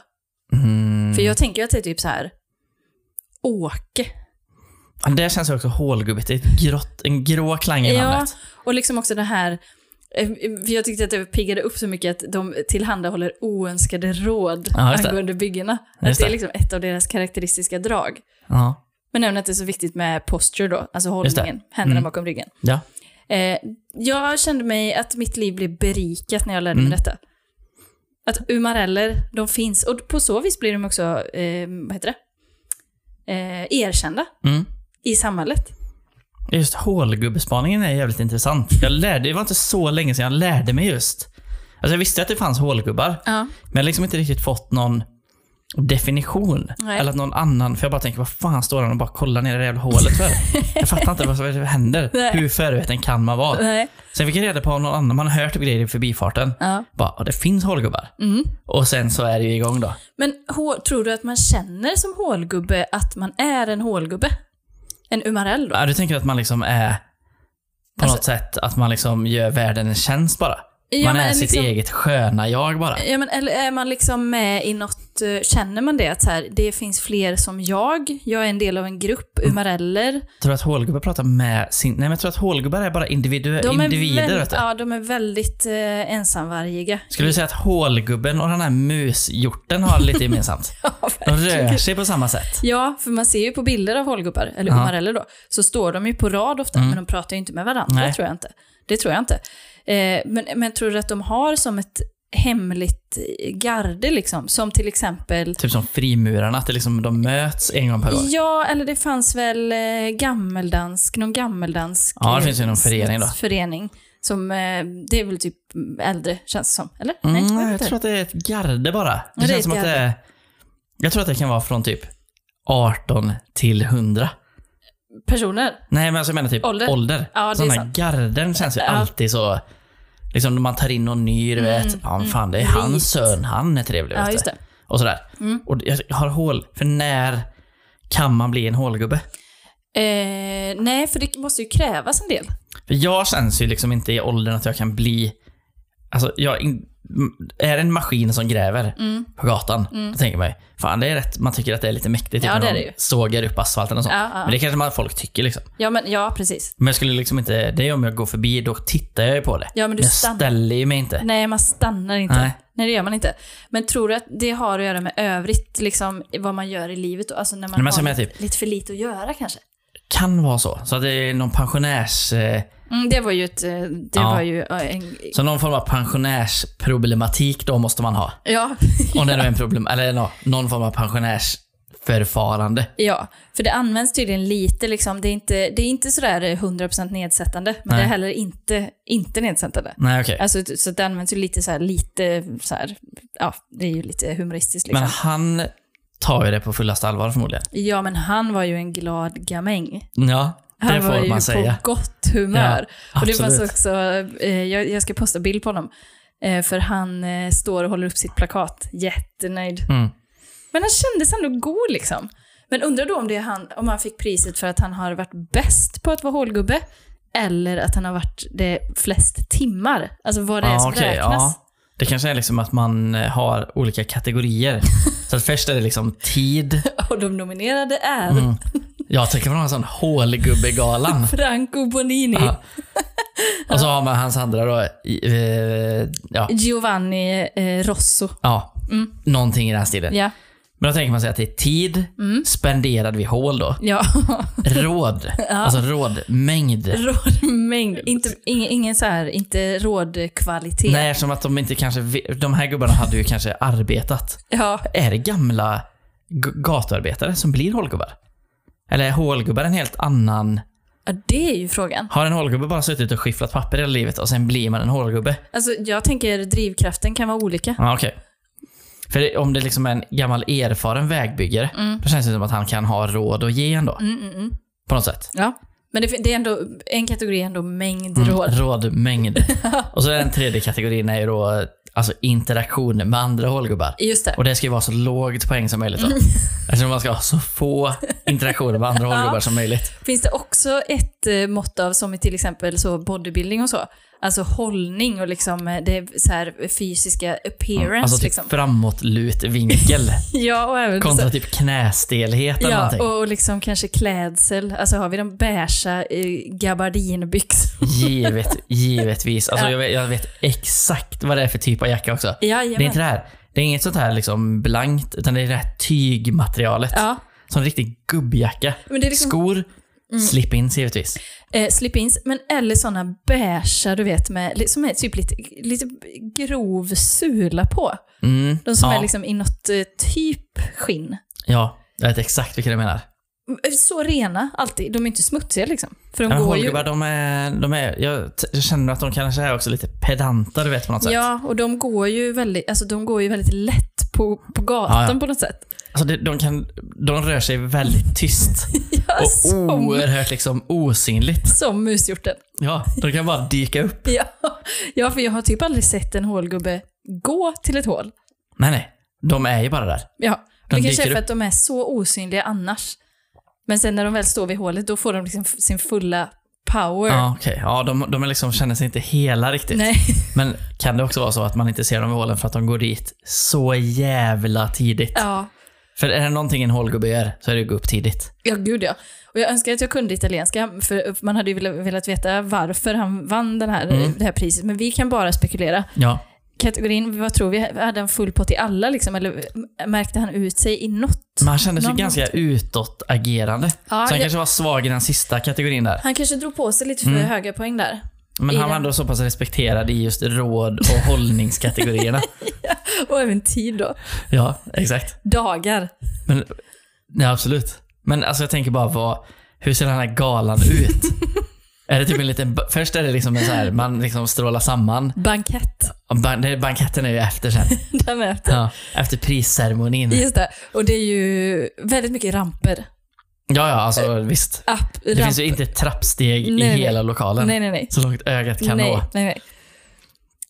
S1: Mm.
S2: För jag tänker ju att det är typ så här, Åke.
S1: Det känns ju också hålgubbigt. Det är ett grått, en grå klang i
S2: Ja,
S1: namnet.
S2: och liksom också det här, eh, för jag tyckte att det piggade upp så mycket att de tillhandahåller oönskade råd
S1: Ja, just det.
S2: angående byggena. Att
S1: Just
S2: det är
S1: det.
S2: liksom ett av deras karaktäristiska drag.
S1: Ja.
S2: Men även att det är så viktigt med posture då, alltså
S1: Just det.
S2: hållningen, händerna
S1: Mm.
S2: bakom ryggen.
S1: ja.
S2: Eh, jag kände mig att mitt liv blev berikat när jag lärde mig detta. Att umareller, de finns. Och på så vis blir de också, eh, vad heter det, eh, erkända
S1: Mm.
S2: i samhället.
S1: Just hålgubbespaningen är jävligt intressant. Jag lärde, det var inte så länge sedan jag lärde mig just. Alltså jag visste att det fanns hålgubbar,
S2: Ja.
S1: men jag har liksom inte riktigt fått någon definition.
S2: Nej.
S1: Eller att någon annan, för jag bara tänker vad fan står han och bara kollar ner i det jävla hålet för? jag fattar inte vad som händer.
S2: Nej.
S1: Hur förveten kan man vara?
S2: Nej.
S1: Sen fick jag reda på av någon annan, man har hört grejer i förbifarten.
S2: Ja.
S1: Bara, "Ja, det finns hålgubbar.
S2: Mm.
S1: Och sen så är det ju igång då.
S2: Men hå- tror du att man känner som hålgubbe att man är en hålgubbe? En umarell då?
S1: Ja, du tänker att man liksom är på
S2: Alltså-
S1: något sätt att man liksom gör världen en tjänst bara?
S2: Ja,
S1: man
S2: men
S1: är sitt
S2: liksom-
S1: eget sköna jag bara.
S2: Ja, men, eller är man liksom med i något, eh, känner man det att så här, det finns fler som jag, jag är en del av en grupp, umareller.
S1: Jag tror att hålgubbar pratar med sin... Nej, men jag tror att hålgubbar är bara individu...
S2: De är,
S1: individer.
S2: väl,
S1: vet du.
S2: ja, de är väldigt eh, ensamvargiga.
S1: Skulle du säga att hålgubben och den här mushjorten har lite gemensamt?
S2: Ja,
S1: De rör
S2: verkligen.
S1: sig på samma sätt.
S2: Ja, för man ser ju på bilder av hålgubbar, eller
S1: Ja. Mm.
S2: umareller då, så står de ju på rad ofta, men de pratar ju inte med varandra,
S1: Nej.
S2: tror jag inte. Det tror jag inte. Eh, men, men tror du att de har som ett hemligt garde liksom, som till exempel
S1: Typ som frimurarna, att det liksom, de möts en gång per år.
S2: Ja, eller det fanns väl eh, gammeldansk, någon gammeldansk
S1: Ja, det finns ju
S2: eh,
S1: någon
S2: s-
S1: förening då.
S2: förening som, eh, det är väl typ äldre, känns det som. Eller?
S1: Mm,
S2: vet
S1: jag
S2: inte.
S1: tror att det är ett garde bara. Det,
S2: det är ett
S1: känns som att det är... Jag tror att det kan vara från typ 18 till 100.
S2: Personer?
S1: Nej, men alltså jag menar typ
S2: Ålder.
S1: ålder.
S2: Ja, det är
S1: Sådana
S2: sant.
S1: garden känns ju
S2: Ja.
S1: alltid så... Liksom när man tar in någon ny, du vet. Ja, men fan det är
S2: Rikt.
S1: hans son, han är trevlig.
S2: mm. Ja,
S1: vet du.
S2: just det. Mm.
S1: Och sådär. Och jag har hål, för när kan man bli en hålgubbe?
S2: Eh, nej, för det måste ju krävas en del.
S1: För jag känns ju liksom inte i åldern att jag kan bli... Alltså, jag in, m- är en maskin som gräver
S2: Mm.
S1: på gatan, då tänker man ju, fan det är rätt, man tycker att det är lite mäktigt typ
S2: Ja,
S1: när
S2: det är
S1: de
S2: det ju.
S1: sågar upp asfalten och sånt.
S2: Ja, ja, ja.
S1: Men det kanske man, folk tycker liksom.
S2: Ja, men, ja precis.
S1: Men jag skulle liksom inte, det är om jag går förbi, då tittar jag ju på det.
S2: Ja, men du
S1: jag
S2: stannar.
S1: ställer ju mig inte.
S2: Nej, man stannar inte. Nej.
S1: Nej.
S2: det gör man inte. Men tror du att det har att göra med övrigt, liksom vad man gör i livet? då? Alltså när man
S1: Nej, men
S2: har
S1: som
S2: lite,
S1: jag typ-
S2: lite för lite att göra kanske?
S1: Kan vara så. Så att det är någon pensionärs... Eh,
S2: Mm, det var ju ett... eh, Det
S1: Ja.
S2: var ju eh, en...
S1: så någon form av pensionärsproblematik då måste man ha.
S2: Ja.
S1: Om det nu är en problem, eller nå- någon form av pensionärsförfarande.
S2: Ja, för det används tydligen lite liksom. Det är inte, det är inte sådär 100% nedsättande, men det är
S1: Nej.
S2: heller inte, inte nedsättande.
S1: Nej okej.
S2: Alltså, t- så det används ju lite så här, lite så här, ja, det är ju lite humoristiskt liksom.
S1: Men han tar ju det på fullaste allvar förmodligen.
S2: Ja, men han var ju en glad gamäng.
S1: Ja.
S2: Han
S1: Det får
S2: var ju
S1: man säga.
S2: på gott humör.
S1: Ja,
S2: och det fanns
S1: absolut.
S2: också, eh, jag, jag ska posta bild på honom, eh, för han eh, står och håller upp sitt plakat, jättenöjd.
S1: Mm.
S2: Men han kändes ändå god liksom. Men undrar då om, det är han, om han fick priset för att han har varit bäst på att vara hålgubbe, eller att han har varit det flest timmar. Alltså vad det är
S1: Ja,
S2: som
S1: Ah, okej,
S2: räknas.
S1: ja. Det kanske är liksom att man eh, har olika kategorier. Så att först är det liksom tid.
S2: Och de nominerade är
S1: Mm. Jag tänker på någon sån hålgubbegalan.
S2: Franco Bonini,
S1: Ja. Och så har man hans andra då. i- Eh, ja,
S2: Giovanni eh, Rosso.
S1: ja. Någonting i den här stilen.
S2: Ja.
S1: Men då tänker man sig att det är tid spenderad vid hål då.
S2: ja.
S1: Råd. Alltså rådmängd.
S2: Rådmängd. Inte, ingen, ingen så här, inte rådkvalitet.
S1: Nej, som att de inte kanske... ve- De här gubbarna hade ju kanske arbetat.
S2: Ja.
S1: Är det gamla g- gatuarbetare som blir hålgubbar? Eller är hålgubbar en helt annan...
S2: ja, det är ju frågan.
S1: Har en hålgubbe bara suttit och skifflat papper hela livet och sen blir man en hålgubbe?
S2: Alltså, jag tänker drivkraften kan vara olika.
S1: Ja, okej. För det, om det liksom är en gammal erfaren vägbyggare,
S2: Mm.
S1: då känns det som att han kan ha råd att ge ändå. På något sätt.
S2: Ja. Men det, fin- det är ändå, en kategori är ändå mängd
S1: Mm.
S2: råd.
S1: Rådmängd. och så den tredje kategorin är ju då alltså interaktion med andra hålgubbar.
S2: Just det.
S1: Och det ska ju vara så lågt poäng som möjligt. Då.
S2: Mm.
S1: Eftersom man ska ha så få interaktioner med andra hålgubbar som möjligt.
S2: Finns det också ett eh, mått av, som i till exempel så bodybuilding och så, alltså hållning och liksom eh, det är så här fysiska appearance
S1: Alltså typ
S2: liksom.
S1: framåtlut vinkel
S2: Ja, och även så,
S1: kontra typ knästelhet eller
S2: ja,
S1: någonting.
S2: och, och liksom kanske klädsel. Alltså har vi de beiga eh, gabardinbyxorna?
S1: Givet, givetvis. Alltså, jag, vet, jag vet exakt vad det är för typ av jacka också. Det är inte
S2: Jajamän.
S1: det här. Det är inget sånt här liksom blankt, utan det är det här tygmaterialet.
S2: Ja,
S1: Som en riktig gubbjacka.
S2: Men det är liksom-
S1: Skor, slip-ins givetvis.
S2: eh, slip-ins, men eller såna beiga, du vet, med, li- som är typ lite, lite grov sula på.
S1: Mm,
S2: De som
S1: ja,
S2: är liksom i något eh, typ skinn.
S1: ja, jag vet exakt vilka du menar.
S2: Mm, Så rena alltid, de är inte smutsiga liksom. För de
S1: Ja, men
S2: går ju...
S1: Hålgubbar, de är, de är, jag, t- jag känner att de kanske är också lite pedanta, du vet på något sätt.
S2: Ja, och de går ju väldigt, alltså, de går ju väldigt lätt på, på gatan
S1: Ja, ja.
S2: på något sätt.
S1: Alltså de, de, kan, de rör sig väldigt tyst
S2: Ja,
S1: och
S2: som,
S1: oerhört liksom osynligt.
S2: som mushjorten.
S1: Ja, de kan bara dyka upp.
S2: Ja. ja, för jag har typ aldrig sett en hålgubbe gå till ett hål.
S1: Nej, nej. De är ju bara där.
S2: Ja.
S1: De
S2: Det kanske är
S1: dyker
S2: för
S1: upp.
S2: att de är så osynliga annars. Men sen när de väl står vid hålet, då får de liksom f- sin fulla power.
S1: Ja, okej. Ja, de, de är liksom, känner sig inte hela riktigt.
S2: Nej,
S1: Men kan det också vara så att man inte ser dem i hålen för att de går dit så jävla tidigt?
S2: ja.
S1: För är det någonting en hålgubbe gör så är det att gå upp tidigt.
S2: Ja, gud ja. Och jag önskar att jag kunde italienska, för man hade ju velat- velat veta varför han vann den här,
S1: Mm.
S2: det här priset. Men vi kan bara spekulera.
S1: Ja.
S2: Kategorin, vad tror vi? Hade han full pott i alla liksom? Eller märkte han ut sig i något?
S1: Men han kändes ju
S2: Någon-
S1: ganska utåtagerande.
S2: Ja,
S1: så han
S2: jag-
S1: kanske var svag i den sista kategorin där.
S2: Han kanske drog på sig lite för
S1: Mm.
S2: höga poäng där.
S1: Men
S2: i
S1: han var
S2: den.
S1: ändå så pass respekterad i just råd och hållningskategorierna.
S2: Och även tid då.
S1: ja, exakt.
S2: Dagar.
S1: Men, nej, absolut. Men alltså jag tänker bara, vad, hur ser den här galan ut? är det typ en liten... ba- Först är det liksom en så här, man liksom strålar samman.
S2: Bankett.
S1: Och ban- nej, Banketten är ju efter sen.
S2: Den är
S1: Ja, efter prisceremonin. Ja,
S2: Just det. Och det är ju väldigt mycket ramper.
S1: ja, alltså visst.
S2: App,
S1: Det
S2: Eh, ramp.
S1: finns ju inte trappsteg
S2: Nej,
S1: i
S2: nej.
S1: hela lokalen.
S2: Nej, nej, nej.
S1: Så långt ögat kan
S2: nej,
S1: nå.
S2: nej,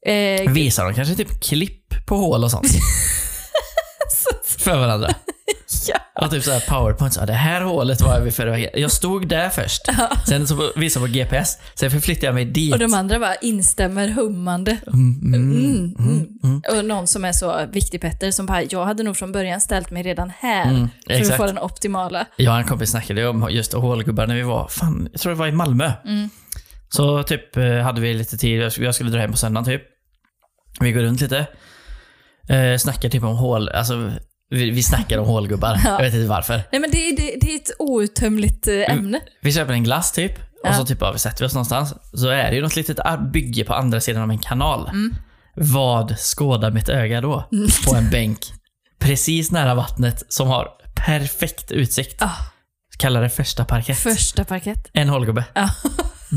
S2: nej. Eh,
S1: Visar de kanske typ klipp på hål och sånt? För varandra.
S2: ja.
S1: Och typ såhär powerpoints. Ja, det här hålet var jag vid förra veckan. Jag stod där först. Sen så visade jag på GPS. Sen förflyttade jag mig dit.
S2: Och de andra bara instämmer hummande. Mm, mm. Och någon som är så viktig Petter som bara, jag hade nog från början ställt mig redan här för
S1: exakt.
S2: att få den optimala.
S1: Jag och en kompis snackade ju om just hålgubbar när vi var, fan, jag tror det var i Malmö.
S2: Mm.
S1: Så typ eh, hade vi lite tid, jag skulle- jag skulle dra hem på söndagen typ. Vi går runt lite. Eh, snackar typ om hål, alltså vi, vi snackar om hålgubbar. Jag vet inte varför.
S2: Nej men det, är- det, det är ett outtömligt eh, ämne.
S1: Vi köper en glass typ och
S2: Ja.
S1: så typ ja, vi sätter vi oss någonstans. Så är det ju något litet ar- bygge på andra sidan av en kanal.
S2: Mm.
S1: Vad skådar mitt öga då? På en bänk precis nära vattnet som har perfekt utsikt.
S2: Ah.
S1: Kallar det första parkett.
S2: Första parkett.
S1: En hålgubbe.
S2: Ja.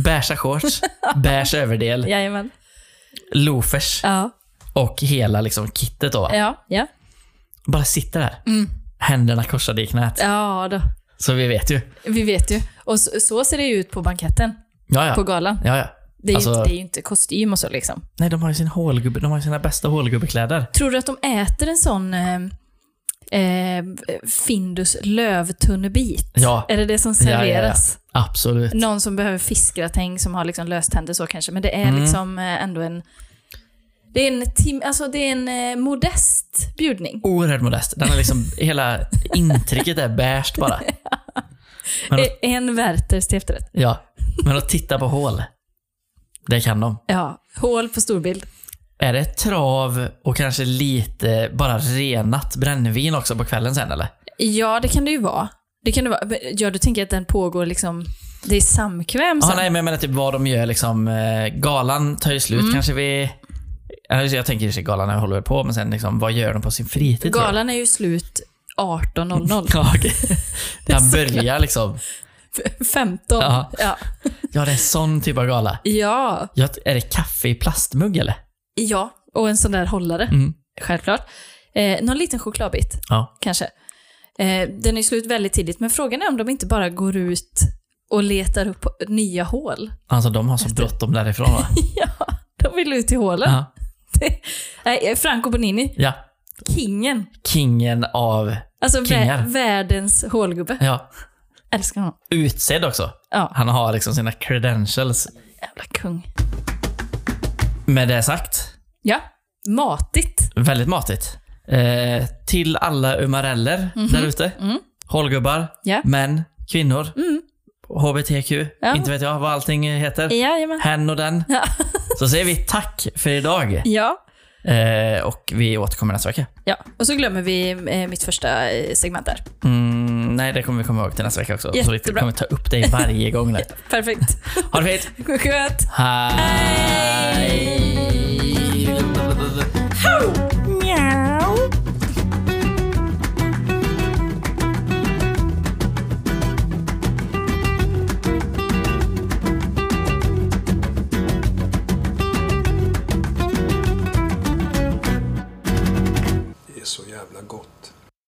S1: Beiga shorts, beige överdel,
S2: Jajamän.
S1: loafers
S2: Ja,
S1: och hela liksom kittet då. va?
S2: ja, ja. Mm.
S1: Bara sitter där. Händerna korsade i knät.
S2: Ja då.
S1: Så vi vet ju.
S2: Vi vet ju. Och så, så ser det ju ut på banketten,
S1: Ja, ja.
S2: på galan.
S1: ja, ja.
S2: Det är, ju,
S1: Alltså-
S2: inte- det är ju inte kostym och så liksom.
S1: Nej, de har ju sin hålgubbe, de har ju sina bästa hålgubbekläder.
S2: Tror du att de äter en sån eh, eh, Findus lövtunnebit?
S1: Ja.
S2: Är det det som
S1: Ja, ja, ja.
S2: serveras?
S1: Absolut.
S2: Någon som behöver fiskgratäng som har liksom löständer så kanske, men det är
S1: Mm.
S2: liksom eh, ändå en... Det är en, tim, alltså det är en eh, modest bjudning.
S1: Oerhört modest. Den är liksom, hela intrycket är beige bara. Men att,
S2: E- En Werthers till efterrätt.
S1: ja. Men att titta på hål, det kan de.
S2: Ja, hål på storbild.
S1: Är det trav och kanske lite bara renat brännvin också på kvällen sen eller?
S2: Ja, det kan det ju vara. Det kan det vara. Men, Ja, du tänker att den pågår liksom... Det är samkväm
S1: Ja,
S2: sen?
S1: nej, men jag menar typ vad de gör liksom. eh, Galan tar ju slut
S2: Mm.
S1: kanske vid... Alltså, jag tänker i och för sig galan när jag håller på, men sen liksom, vad gör de på sin fritid? tror jag?
S2: Galan är ju slut 18.00.
S1: Ja, okej. Den börjar liksom.
S2: 15.
S1: Ja.
S2: Ja.
S1: Ja, det är sån typ av gala.
S2: ja.
S1: Ja, är det kaffe i plastmugg eller?
S2: Ja, och en sån där hållare.
S1: Mm.
S2: Självklart. Eh, någon liten chokladbit,
S1: Ja.
S2: kanske. Eh, den är slut väldigt tidigt, men frågan är om de inte bara går ut och letar upp nya hål.
S1: Alltså de har så bråttom därifrån va?
S2: ja, de vill ut i hålen.
S1: Ja.
S2: Nej, eh, Franco Bonini,
S1: ja.
S2: kingen.
S1: Kingen av...
S2: Alltså vä-
S1: Kingar.
S2: världens hålgubbe.
S1: Ja.
S2: Älskar honom.
S1: Utsedd också.
S2: Ja,
S1: Han har liksom sina credentials.
S2: jävla kung.
S1: Med det sagt,
S2: Ja, matigt.
S1: väldigt matigt. Eh, till alla umareller där ute.
S2: Mm.
S1: Hålgubbar,
S2: Ja.
S1: män, kvinnor,
S2: Mm.
S1: HBTQ,
S2: Ja.
S1: inte vet jag vad allting heter.
S2: Jajamän.
S1: Hen och den.
S2: Ja.
S1: Så säger vi tack för idag.
S2: Ja.
S1: Eh, och vi återkommer nästa vecka.
S2: Ja, och så glömmer vi eh, mitt första eh, segment där.
S1: Mm, nej, det kommer vi komma ihåg till nästa vecka också. Så vi
S2: Jättebra.
S1: kommer ta upp dig varje gång. Där.
S2: Perfekt.
S1: Ha det fint!
S2: Skönt.
S1: Hej!
S2: Hej!
S1: Hej!